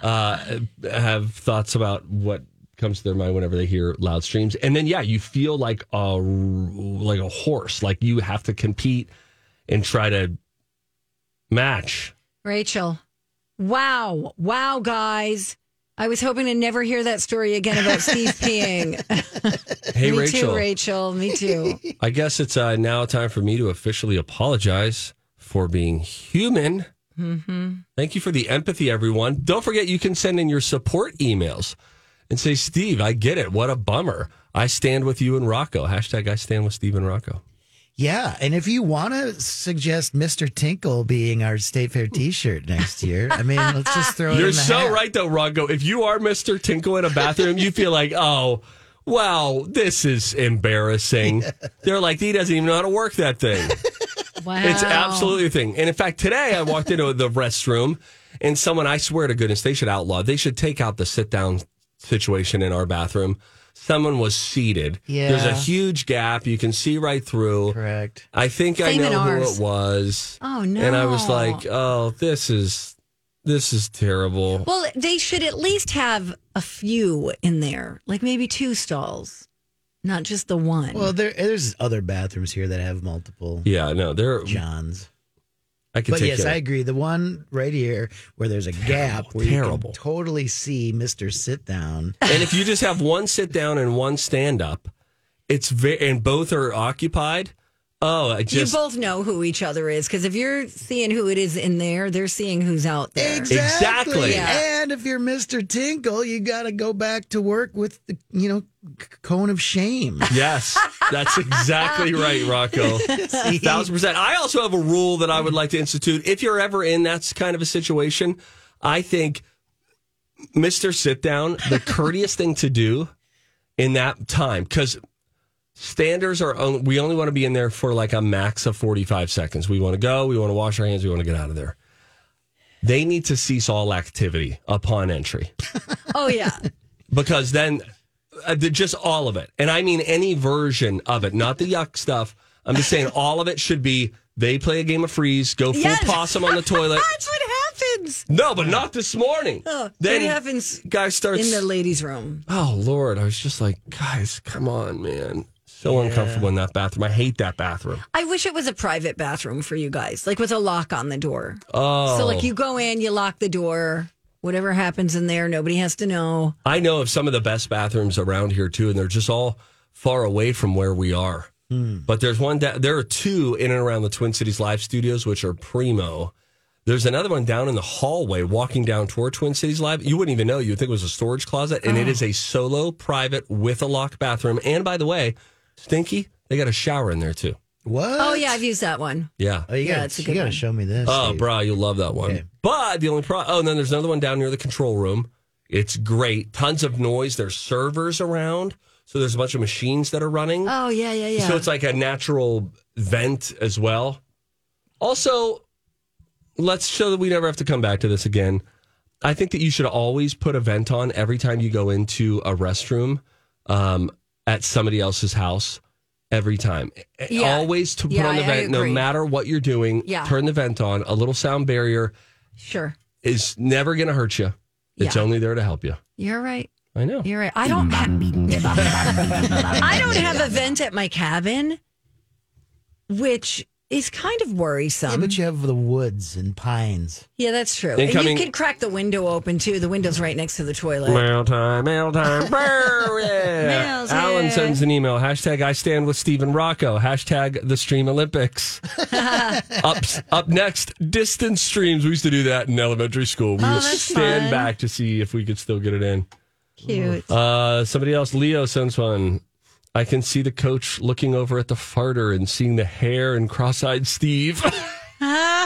[SPEAKER 2] uh, have thoughts about what comes to their mind whenever they hear loud streams and then yeah you feel like a r- like a horse like you have to compete and try to match
[SPEAKER 1] Rachel. Wow. Wow, guys. I was hoping to never hear that story again about Steve peeing.
[SPEAKER 2] hey
[SPEAKER 1] Me
[SPEAKER 2] rachel
[SPEAKER 1] too, Rachel. Me too.
[SPEAKER 2] i guess it's uh, now time for me to officially apologize for being human
[SPEAKER 7] Mm-hmm.
[SPEAKER 1] hmm
[SPEAKER 2] Thank you for the empathy, everyone. Don't forget you can send in your support emails and say, Steve, I get it. What a bummer. I stand with you and Rocco. Hashtag I stand with Steve and Rocco.
[SPEAKER 7] Yeah, and if you want to suggest Mr. Tinkle being our State Fair T-shirt next year, I mean, let's just throw it.
[SPEAKER 2] You're
[SPEAKER 7] in the
[SPEAKER 2] so
[SPEAKER 7] hat.
[SPEAKER 2] right though, Rongo. If you are Mr. Tinkle in a bathroom, you feel like, oh, wow, this is embarrassing. They're like, he doesn't even know how to work that thing.
[SPEAKER 1] Wow.
[SPEAKER 2] It's absolutely a thing. And in fact, today I walked into the restroom and someone, I swear to goodness, they should outlaw. They should take out the sit down situation in our bathroom. Someone was seated.
[SPEAKER 7] Yeah.
[SPEAKER 2] There's a huge gap. You can see right through.
[SPEAKER 7] Correct.
[SPEAKER 2] I think
[SPEAKER 1] Same
[SPEAKER 2] I
[SPEAKER 1] in
[SPEAKER 2] know who
[SPEAKER 1] ours.
[SPEAKER 2] it was.
[SPEAKER 1] Oh,
[SPEAKER 2] And I was
[SPEAKER 1] no.
[SPEAKER 2] like, oh, this is this is terrible.
[SPEAKER 1] Well, they should at least have a few in there, like maybe two stalls, not just the one.
[SPEAKER 7] Well, there, there's other bathrooms here that have multiple.
[SPEAKER 2] yeah, no, they're
[SPEAKER 7] Johns.
[SPEAKER 2] I can
[SPEAKER 7] But
[SPEAKER 2] take
[SPEAKER 7] yes,
[SPEAKER 2] care.
[SPEAKER 7] I agree. The one right here where there's a gap where
[SPEAKER 2] terrible.
[SPEAKER 7] you can totally see Mr. Sit Down.
[SPEAKER 2] and if you just have one sit down and one stand up, it's very and both are occupied. Oh, I just
[SPEAKER 1] you both know who each other is because if you're seeing who it is in there, they're seeing who's out there.
[SPEAKER 2] Exactly.
[SPEAKER 1] Yeah.
[SPEAKER 7] And if you're Mr. Tinkle, you got to go back to work with the, you know, c- cone of shame.
[SPEAKER 2] Yes, that's exactly right, Rocco.
[SPEAKER 7] See?
[SPEAKER 2] Thousand percent. I also have a rule that I would like to institute. If you're ever in that kind of a situation, I think Mr. Sit Down, the courteous thing to do in that time, because standards are only, we only want to be in there for like a max of 45 seconds. We want to go, we want to wash our hands, we want to get out of there. They need to cease all activity upon entry
[SPEAKER 1] Oh yeah.
[SPEAKER 2] because then uh, the- just all of it, and I mean any version of it, not the yuck stuff. I'm just saying all of it should be they play a game of freeze, go full
[SPEAKER 1] Yes.
[SPEAKER 2] possum on the toilet.
[SPEAKER 1] That's what happens.
[SPEAKER 2] No, but not this morning.
[SPEAKER 1] Oh,
[SPEAKER 2] then
[SPEAKER 1] it happens
[SPEAKER 2] guy starts.
[SPEAKER 1] in the ladies' room.
[SPEAKER 2] oh Lord, I was just like, guys, come on, man. So uncomfortable in that bathroom. I hate that bathroom.
[SPEAKER 1] I wish it was a private bathroom for you guys, like with a lock on the door.
[SPEAKER 2] Oh,
[SPEAKER 1] So like you go in, you lock the door. Whatever happens in there, nobody has to know.
[SPEAKER 2] I know of some of the best bathrooms around here too, and they're just all far away from where we are. But there's one that there are two in and around the Twin Cities Live Studios, which are primo. There's another one down in the hallway, walking down toward Twin Cities Live. You wouldn't even know. You would think it was a storage closet, and it is a solo, private, with a locked bathroom. And by the way, stinky. They got a shower in there too.
[SPEAKER 7] What?
[SPEAKER 1] Oh yeah, I've used that one.
[SPEAKER 2] Yeah.
[SPEAKER 7] Oh, you
[SPEAKER 1] Yeah,
[SPEAKER 7] got
[SPEAKER 1] it's a
[SPEAKER 7] to
[SPEAKER 1] good
[SPEAKER 7] you got to
[SPEAKER 1] one.
[SPEAKER 7] show me this.
[SPEAKER 2] Oh,
[SPEAKER 7] dude.
[SPEAKER 2] bro, you'll love that one. But the only problem, oh, and then there's another one down near the control room. It's great. Tons of noise. There's servers around. So there's a bunch of machines that are running.
[SPEAKER 1] Oh yeah, yeah, yeah.
[SPEAKER 2] So it's like a natural vent as well. Also, let's show that we never have to come back to this again. I think that you should always put a vent on every time you go into a restroom um, at somebody else's house. Every time,
[SPEAKER 1] Yeah.
[SPEAKER 2] always to put
[SPEAKER 1] Yeah,
[SPEAKER 2] on the
[SPEAKER 1] I- I
[SPEAKER 2] vent, no
[SPEAKER 1] agree.
[SPEAKER 2] matter what you're doing.
[SPEAKER 1] Yeah.
[SPEAKER 2] turn the vent on. A little sound barrier
[SPEAKER 1] sure.
[SPEAKER 2] is never going to hurt you. It's
[SPEAKER 1] Yeah.
[SPEAKER 2] only there to help you.
[SPEAKER 1] You're right.
[SPEAKER 2] I know.
[SPEAKER 1] You're right. I don't. Ha- I don't have a vent at my cabin, which is kind of worrisome.
[SPEAKER 7] Yeah, but you have the woods and pines.
[SPEAKER 1] Yeah, that's true.
[SPEAKER 2] Then
[SPEAKER 1] And
[SPEAKER 2] coming-
[SPEAKER 1] you could crack the window open too. The window's right next to the toilet.
[SPEAKER 2] Mail time, mail time. Brr, yeah.
[SPEAKER 1] Mail time.
[SPEAKER 2] Alan sends an email. Hashtag I stand with Stephen Rocco. Hashtag the Stream Olympics. up, up next, distance streams. We used to do that in elementary school. We
[SPEAKER 1] Oh,
[SPEAKER 2] would
[SPEAKER 1] that's
[SPEAKER 2] stand
[SPEAKER 1] fun.
[SPEAKER 2] back to see if we could still get it in.
[SPEAKER 1] Cute.
[SPEAKER 2] Uh, somebody else, Leo sends one. I can see the coach looking over at the farter and seeing the hair and cross-eyed Steve. oh,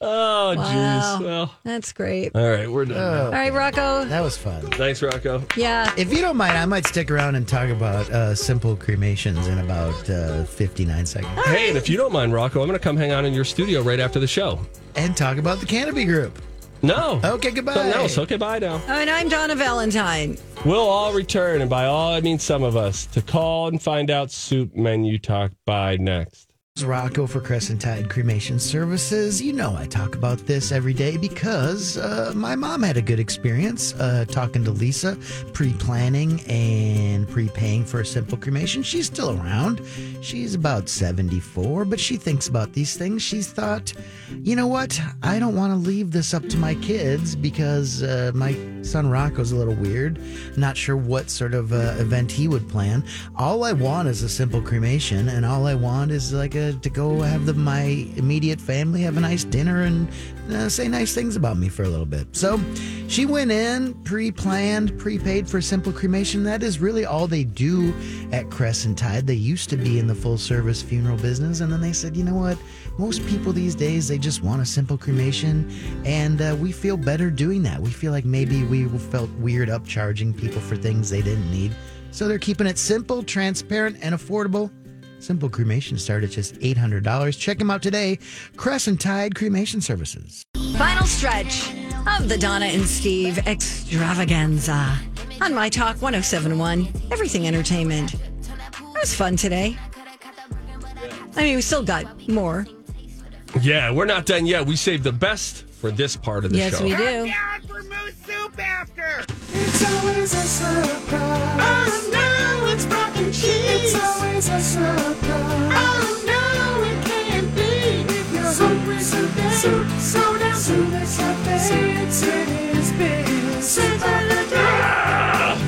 [SPEAKER 2] jeez.
[SPEAKER 1] Wow.
[SPEAKER 2] Well,
[SPEAKER 1] That's great.
[SPEAKER 2] all right, we're done. now.
[SPEAKER 1] All right, Rocco.
[SPEAKER 7] That was fun.
[SPEAKER 2] Thanks, Rocco.
[SPEAKER 1] Yeah.
[SPEAKER 7] If you don't mind, I might stick around and talk about uh, simple cremations in about uh, 59 seconds
[SPEAKER 2] Hey, and if you don't mind, Rocco, I'm going to come hang out in your studio right after the show.
[SPEAKER 7] and talk about the Canopy Group.
[SPEAKER 2] No.
[SPEAKER 7] Okay, goodbye.
[SPEAKER 2] Something else. Okay, bye now.
[SPEAKER 1] Oh, And I'm Donna Valentine.
[SPEAKER 2] We'll all return, and by all, I mean some of us, to call and find out soup menu talk by next.
[SPEAKER 7] It's Rocco for Crescent Tide Cremation Services. You know I talk about this every day because uh, my mom had a good experience uh, talking to Lisa, pre-planning and pre-paying for a simple cremation. She's still around. She's about 74, but she thinks about these things. She's thought, you know what? I don't want to leave this up to my kids because uh, my son Rocco's a little weird. Not sure what sort of uh, event he would plan. All I want is a simple cremation, and all I want is like a, to go have the, my immediate family have a nice dinner and uh, say nice things about me for a little bit. So she went in pre-planned, prepaid for simple cremation. That is really all they do at Crescent Tide. They used to be in the full-service funeral business, and then they said, you know what? Most people these days they just want a simple cremation, and uh, we feel better doing that. We feel like maybe we felt weird upcharging people for things they didn't need. So they're keeping it simple, transparent, and affordable. Simple cremation start at just $800. Check them out today. Crescent Tide Cremation Services.
[SPEAKER 1] Final stretch of the Donna and Steve extravaganza on My Talk 1071, Everything Entertainment. That was fun today. I mean, we still got more.
[SPEAKER 2] Yeah, we're not done yet. We saved the best for this part of the
[SPEAKER 1] yes,
[SPEAKER 2] show.
[SPEAKER 1] we do.
[SPEAKER 15] It's always a surprise. Oh no, it's mac and cheese. It's always a surprise. Oh no, it can't be. With your super, super, soup, soda, super, super, since it is big. Since I looked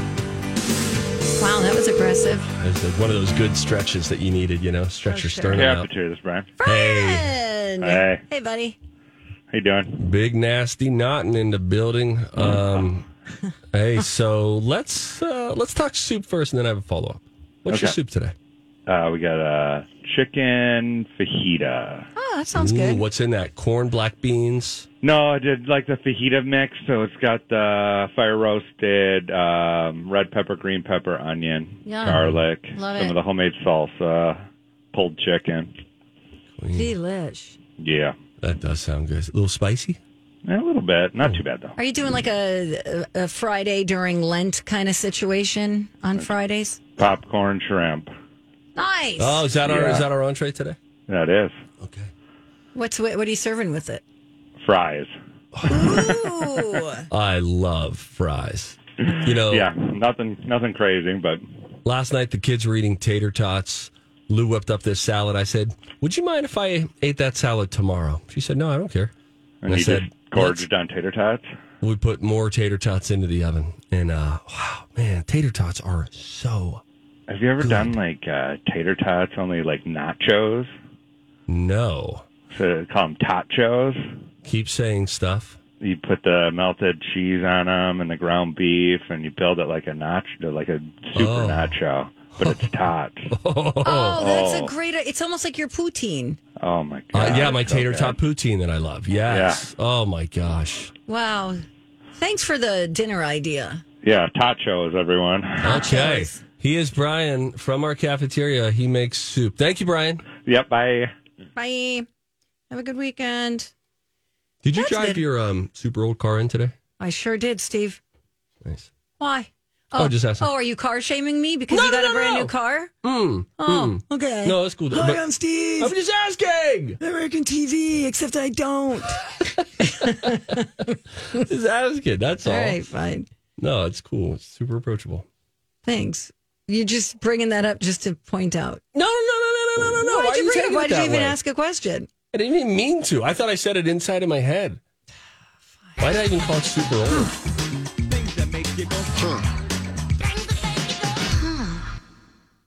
[SPEAKER 1] Wow, that was aggressive.
[SPEAKER 2] It's like one of those good stretches that you needed, you know, stretch your
[SPEAKER 1] sure.
[SPEAKER 2] sternum
[SPEAKER 16] Yeah,
[SPEAKER 2] out.
[SPEAKER 16] potatoes, Brian.
[SPEAKER 2] Hey,
[SPEAKER 1] And
[SPEAKER 2] Hey.
[SPEAKER 1] hey, buddy.
[SPEAKER 2] how you doing? Big nasty knotting in the building. Um, hey, so let's uh, let's talk soup first, and then I have a follow up. What's your
[SPEAKER 16] Okay.
[SPEAKER 2] soup today?
[SPEAKER 16] Uh, we got uh, chicken fajita.
[SPEAKER 1] Oh, that sounds
[SPEAKER 2] Ooh,
[SPEAKER 1] good.
[SPEAKER 2] What's in that? Corn, black beans.
[SPEAKER 16] No, I did like the fajita mix, so it's got the fire roasted um, red pepper, green pepper, onion,
[SPEAKER 1] Yum.
[SPEAKER 16] garlic,
[SPEAKER 1] Love
[SPEAKER 16] some
[SPEAKER 1] it.
[SPEAKER 16] of the homemade salsa, pulled chicken.
[SPEAKER 1] Delish.
[SPEAKER 16] Yeah,
[SPEAKER 2] that does sound good. A little spicy.
[SPEAKER 16] A little bit, not too bad though.
[SPEAKER 1] Are you doing like a, a Friday during Lent kind of situation
[SPEAKER 2] Uh,
[SPEAKER 1] on Fridays?
[SPEAKER 16] Popcorn shrimp.
[SPEAKER 1] Nice.
[SPEAKER 2] Oh, is that our
[SPEAKER 16] Yeah.
[SPEAKER 2] is that our entree today?
[SPEAKER 16] That is
[SPEAKER 1] What's what, what are you serving with it?
[SPEAKER 16] fries.
[SPEAKER 2] I love fries. You know,
[SPEAKER 16] yeah, nothing, nothing crazy, but
[SPEAKER 2] Last night, the kids were eating tater tots. Lou whipped up this salad. I said, Would you mind if I ate that salad tomorrow? She said, No, I don't care.
[SPEAKER 16] and,
[SPEAKER 2] I
[SPEAKER 16] you
[SPEAKER 2] said,
[SPEAKER 16] just gorged on tater tots.
[SPEAKER 2] We put more tater tots into the oven. And uh, wow, man, tater tots are so.
[SPEAKER 16] Have you ever done like uh, tater tots only like nachos?
[SPEAKER 2] No.
[SPEAKER 16] So they call them tachos.
[SPEAKER 2] Keep saying stuff.
[SPEAKER 16] You put the melted cheese on them and the ground beef, and you build it like a nacho, like a super
[SPEAKER 2] Oh.
[SPEAKER 16] nacho, but it's tots.
[SPEAKER 2] Oh,
[SPEAKER 1] Oh, that's a great. It's almost like your poutine.
[SPEAKER 16] Oh my
[SPEAKER 2] Uh,
[SPEAKER 16] god!
[SPEAKER 2] yeah, my
[SPEAKER 16] it's so
[SPEAKER 2] tater
[SPEAKER 16] good.
[SPEAKER 2] tot poutine that I love. Yes. Oh, my gosh.
[SPEAKER 1] Wow. Thanks for the dinner idea.
[SPEAKER 16] Yeah, tachos, everyone.
[SPEAKER 2] Okay. He is Brian from our cafeteria. He makes soup. Thank you, Brian.
[SPEAKER 16] Yep. Bye.
[SPEAKER 1] Bye. Have a good weekend.
[SPEAKER 2] Did you
[SPEAKER 1] That's
[SPEAKER 2] drive
[SPEAKER 1] good.
[SPEAKER 2] your um, super old car in today?
[SPEAKER 1] I sure did, Steve.
[SPEAKER 2] Nice.
[SPEAKER 1] Why?
[SPEAKER 2] Oh, just asking.
[SPEAKER 1] Oh, are you car shaming me because you got a brand new car?
[SPEAKER 2] Mm.
[SPEAKER 1] Oh,
[SPEAKER 2] mm.
[SPEAKER 1] okay.
[SPEAKER 2] No, that's cool.
[SPEAKER 1] Hi,
[SPEAKER 2] But-
[SPEAKER 1] I'm Steve.
[SPEAKER 2] I'm just asking.
[SPEAKER 1] American TV, except I don't.
[SPEAKER 2] Just asking. That's all.
[SPEAKER 1] All right, fine.
[SPEAKER 2] No, it's cool. It's super approachable.
[SPEAKER 1] Thanks. You're just bringing that up just to point out.
[SPEAKER 2] No, no, no, no, no, no, no.
[SPEAKER 1] Why'd
[SPEAKER 2] Why
[SPEAKER 1] you,
[SPEAKER 2] you
[SPEAKER 1] bring
[SPEAKER 2] take
[SPEAKER 1] it?
[SPEAKER 2] it
[SPEAKER 1] Why did you
[SPEAKER 2] that
[SPEAKER 1] even
[SPEAKER 2] way?
[SPEAKER 1] ask a question?
[SPEAKER 2] I didn't even mean to. I thought I said it inside of my head. Why did I even call it super old?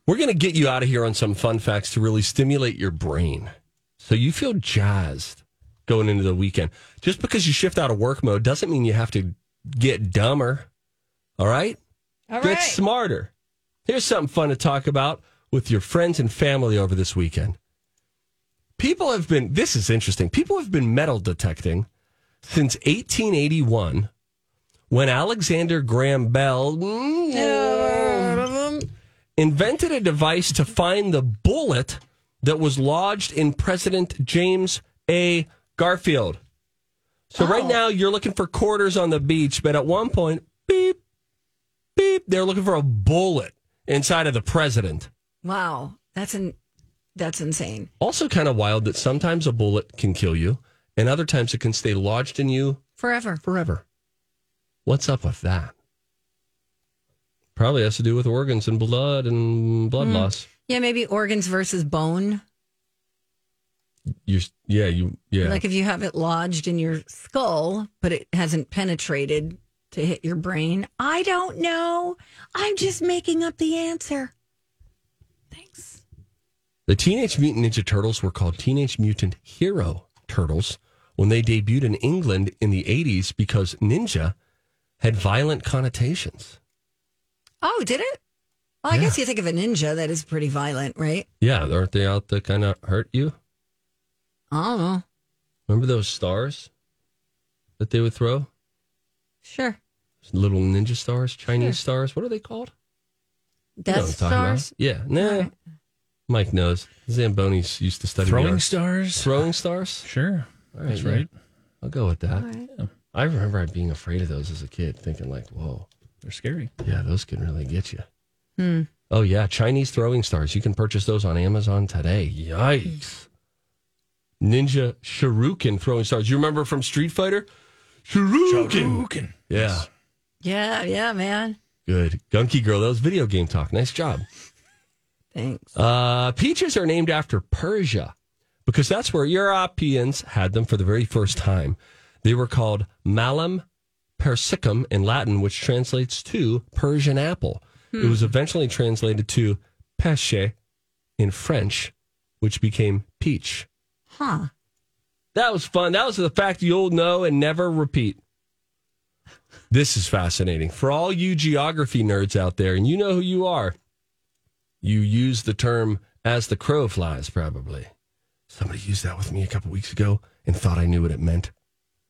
[SPEAKER 2] We're going to get you out of here on some fun facts to really stimulate your brain so you feel jazzed going into the weekend. Just because you shift out of work mode doesn't mean you have to get dumber. All right?
[SPEAKER 1] All
[SPEAKER 2] get
[SPEAKER 1] right.
[SPEAKER 2] smarter. Here's something fun to talk about with your friends and family over this weekend. People have been, this is interesting. People have been metal detecting since 1881 when Alexander Graham Bell mm, invented a device to find the bullet that was lodged in President James A. Garfield. So right
[SPEAKER 1] Oh.
[SPEAKER 2] now you're looking for quarters on the beach, but at one point, beep, beep, they're looking for a bullet inside of the president.
[SPEAKER 1] Wow, that's an that's insane.
[SPEAKER 2] Also, kind of wild that sometimes a bullet can kill you, and other times it can stay lodged in you
[SPEAKER 1] Forever.
[SPEAKER 2] forever. What's up with that? Probably has to do with organs and blood and blood
[SPEAKER 1] Hmm.
[SPEAKER 2] loss.
[SPEAKER 1] Yeah, maybe organs versus bone.
[SPEAKER 2] You, yeah, you, yeah.
[SPEAKER 1] Like if you have it lodged in your skull, but it hasn't penetrated to hit your brain? I don't know. I'm just making up the answer.
[SPEAKER 2] The Teenage Mutant Ninja Turtles were called Teenage Mutant Hero Turtles when they debuted in England in the 80s because ninja had violent connotations.
[SPEAKER 1] Oh, did it? Well, I
[SPEAKER 2] Yeah.
[SPEAKER 1] guess you think of a ninja that is pretty violent, right?
[SPEAKER 2] Yeah, aren't they out to kind of hurt you?
[SPEAKER 1] I don't know.
[SPEAKER 2] Remember those stars that they would throw?
[SPEAKER 1] Sure.
[SPEAKER 2] Little ninja stars, Chinese stars. What are they called? You know
[SPEAKER 1] Death
[SPEAKER 2] what I'm talking about.
[SPEAKER 1] stars?
[SPEAKER 2] Yeah, no. Mike knows. Zambonis used to study the
[SPEAKER 3] Throwing
[SPEAKER 2] arts.
[SPEAKER 3] stars? Oh,
[SPEAKER 2] Throwing stars?
[SPEAKER 3] Sure.
[SPEAKER 2] All right,
[SPEAKER 3] That's
[SPEAKER 2] yeah.
[SPEAKER 3] right.
[SPEAKER 2] I'll go with that.
[SPEAKER 3] All right.
[SPEAKER 2] I remember I being afraid of those as a kid, thinking like, "Whoa,
[SPEAKER 3] they're scary."
[SPEAKER 2] Yeah, those can really get you.
[SPEAKER 1] Hmm.
[SPEAKER 2] Oh yeah, Chinese throwing stars. You can purchase those on Amazon today. Yikes! Ninja Shuriken throwing stars. You remember from Street Fighter? Shuriken.
[SPEAKER 3] Shuriken.
[SPEAKER 2] Yeah,
[SPEAKER 1] Yeah, yeah, man.
[SPEAKER 2] good. Gunky girl. That was video game talk. Nice job.
[SPEAKER 1] Thanks.
[SPEAKER 2] Uh, peaches are named after Persia because that's where Europeans had them for the very first time. They were called Malum persicum in Latin, which translates to Persian apple. It was eventually translated to peche in French, which became peach.
[SPEAKER 1] Huh.
[SPEAKER 2] That was fun. That was the fact you'll know and never repeat. This is fascinating. For all you geography nerds out there, and you know who you are, you use the term as the crow flies, probably. Somebody used that with me a couple weeks ago and thought I knew what it meant.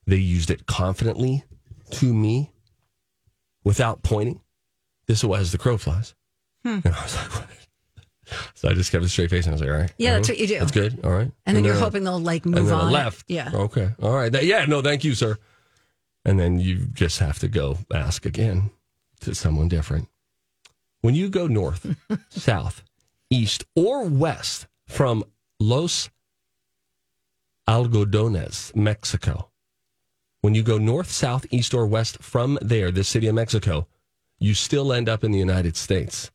[SPEAKER 2] They used it confidently to me without pointing. This was as the crow flies.
[SPEAKER 1] Hmm.
[SPEAKER 2] And I was like, what? So I just kept a straight face and I was like, all right. oh,
[SPEAKER 1] Yeah, that's what you do.
[SPEAKER 2] That's good. All right.
[SPEAKER 1] And then you're
[SPEAKER 2] I-
[SPEAKER 1] hoping they'll, like,
[SPEAKER 2] and
[SPEAKER 1] move
[SPEAKER 2] then I
[SPEAKER 1] on.
[SPEAKER 2] left.
[SPEAKER 1] Yeah.
[SPEAKER 2] Okay. All right. That- yeah. No, thank you, sir. And then you just have to go ask again to someone different. When you go north, south, east, or west from Los Algodones, Mexico, when you go north, south, east, or west from there, the city of Mexico, you still end up in the United States.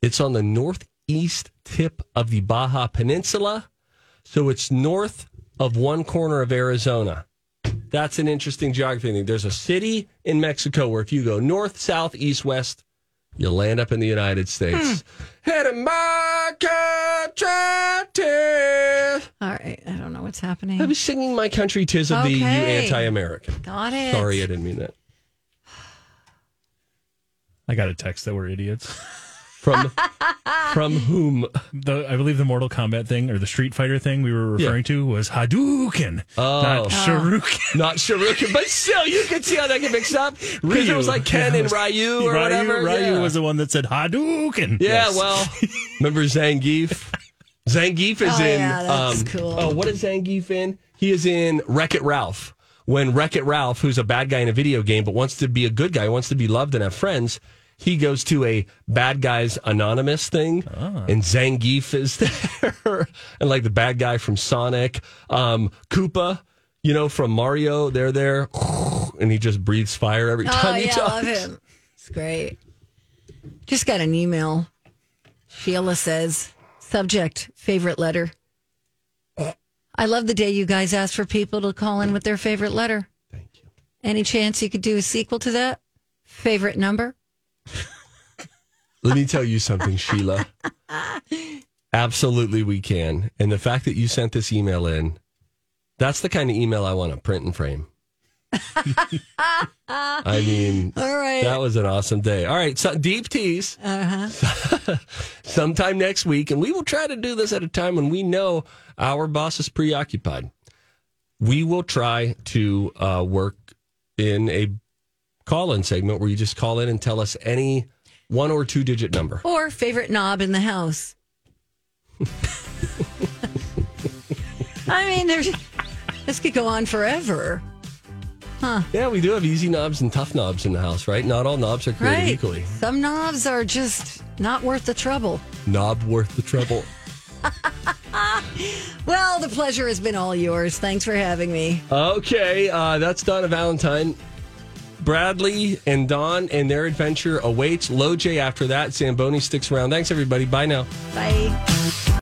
[SPEAKER 2] It's on the northeast tip of the Baja Peninsula, so it's north of one corner of Arizona. That's an interesting geography thing. There's a city in Mexico where if you go north, south, east, west, you land up in the United States.
[SPEAKER 1] Hmm.
[SPEAKER 2] Head of my country.
[SPEAKER 1] All right. I don't know what's happening.
[SPEAKER 2] I was singing My Country Tis of Thee, you
[SPEAKER 1] Okay.
[SPEAKER 2] anti-American.
[SPEAKER 1] Got it.
[SPEAKER 2] Sorry, I didn't mean that.
[SPEAKER 3] I got a text that we're idiots.
[SPEAKER 2] From from whom?
[SPEAKER 3] The I believe the Mortal Kombat thing or the Street Fighter thing we were referring to was Hadouken, not Shuriken.
[SPEAKER 2] Not Shuriken, but still, you can see how that get mixed up. Because it was like Ken
[SPEAKER 3] Yeah, it
[SPEAKER 2] and
[SPEAKER 3] was-
[SPEAKER 2] Ryu or
[SPEAKER 3] Ryu,
[SPEAKER 2] whatever.
[SPEAKER 3] Ryu
[SPEAKER 2] yeah.
[SPEAKER 3] was the one that said Hadouken.
[SPEAKER 2] Yeah,
[SPEAKER 3] Yes.
[SPEAKER 2] well, remember Zangief? Zangief is
[SPEAKER 3] Oh,
[SPEAKER 2] in.
[SPEAKER 3] yeah, that's
[SPEAKER 2] um,
[SPEAKER 3] cool.
[SPEAKER 2] Oh, what is Zangief in? He is in Wreck It Ralph. When Wreck It Ralph, who's a bad guy in a video game but wants to be a good guy, wants to be loved and have friends, he goes to a bad guys anonymous thing, and Zangief is there, and like the bad guy from Sonic, um, Koopa, you know, from Mario, they're there, and he just breathes fire every time
[SPEAKER 1] Oh,
[SPEAKER 2] he
[SPEAKER 1] yeah, I
[SPEAKER 2] talks.
[SPEAKER 1] love him. It's great. Just got an email. Sheila says, subject, favorite letter. I love the day you guys asked for people to call in with their favorite letter. Thank you. Any chance you could do a sequel to that? Favorite number?
[SPEAKER 2] Let me tell you something, Sheila. Absolutely, we can. And the fact that you sent this email in, that's the kind of email I want to print and frame. I mean,
[SPEAKER 1] All right.
[SPEAKER 2] that was an awesome day. All right, so deep tease
[SPEAKER 1] Uh huh.
[SPEAKER 2] sometime next week, and we will try to do this at a time when we know our boss is preoccupied. We will try to uh, work in a call in segment where you just call in and tell us any one or two digit number.
[SPEAKER 1] Or favorite knob in the house. I mean, there's, this could go on forever. Huh.
[SPEAKER 2] Yeah, we do have easy knobs and tough knobs in the house, right? Not all knobs are created
[SPEAKER 1] Right.
[SPEAKER 2] equally.
[SPEAKER 1] Some knobs are just not worth the trouble.
[SPEAKER 2] Knob worth the trouble.
[SPEAKER 1] Well, the pleasure has been all yours. Thanks for having me.
[SPEAKER 2] Okay, uh, that's Donna Valentine. Bradley and Don and their adventure awaits. Loj after that. Zamboni sticks around. Thanks, everybody. Bye now.
[SPEAKER 1] Bye.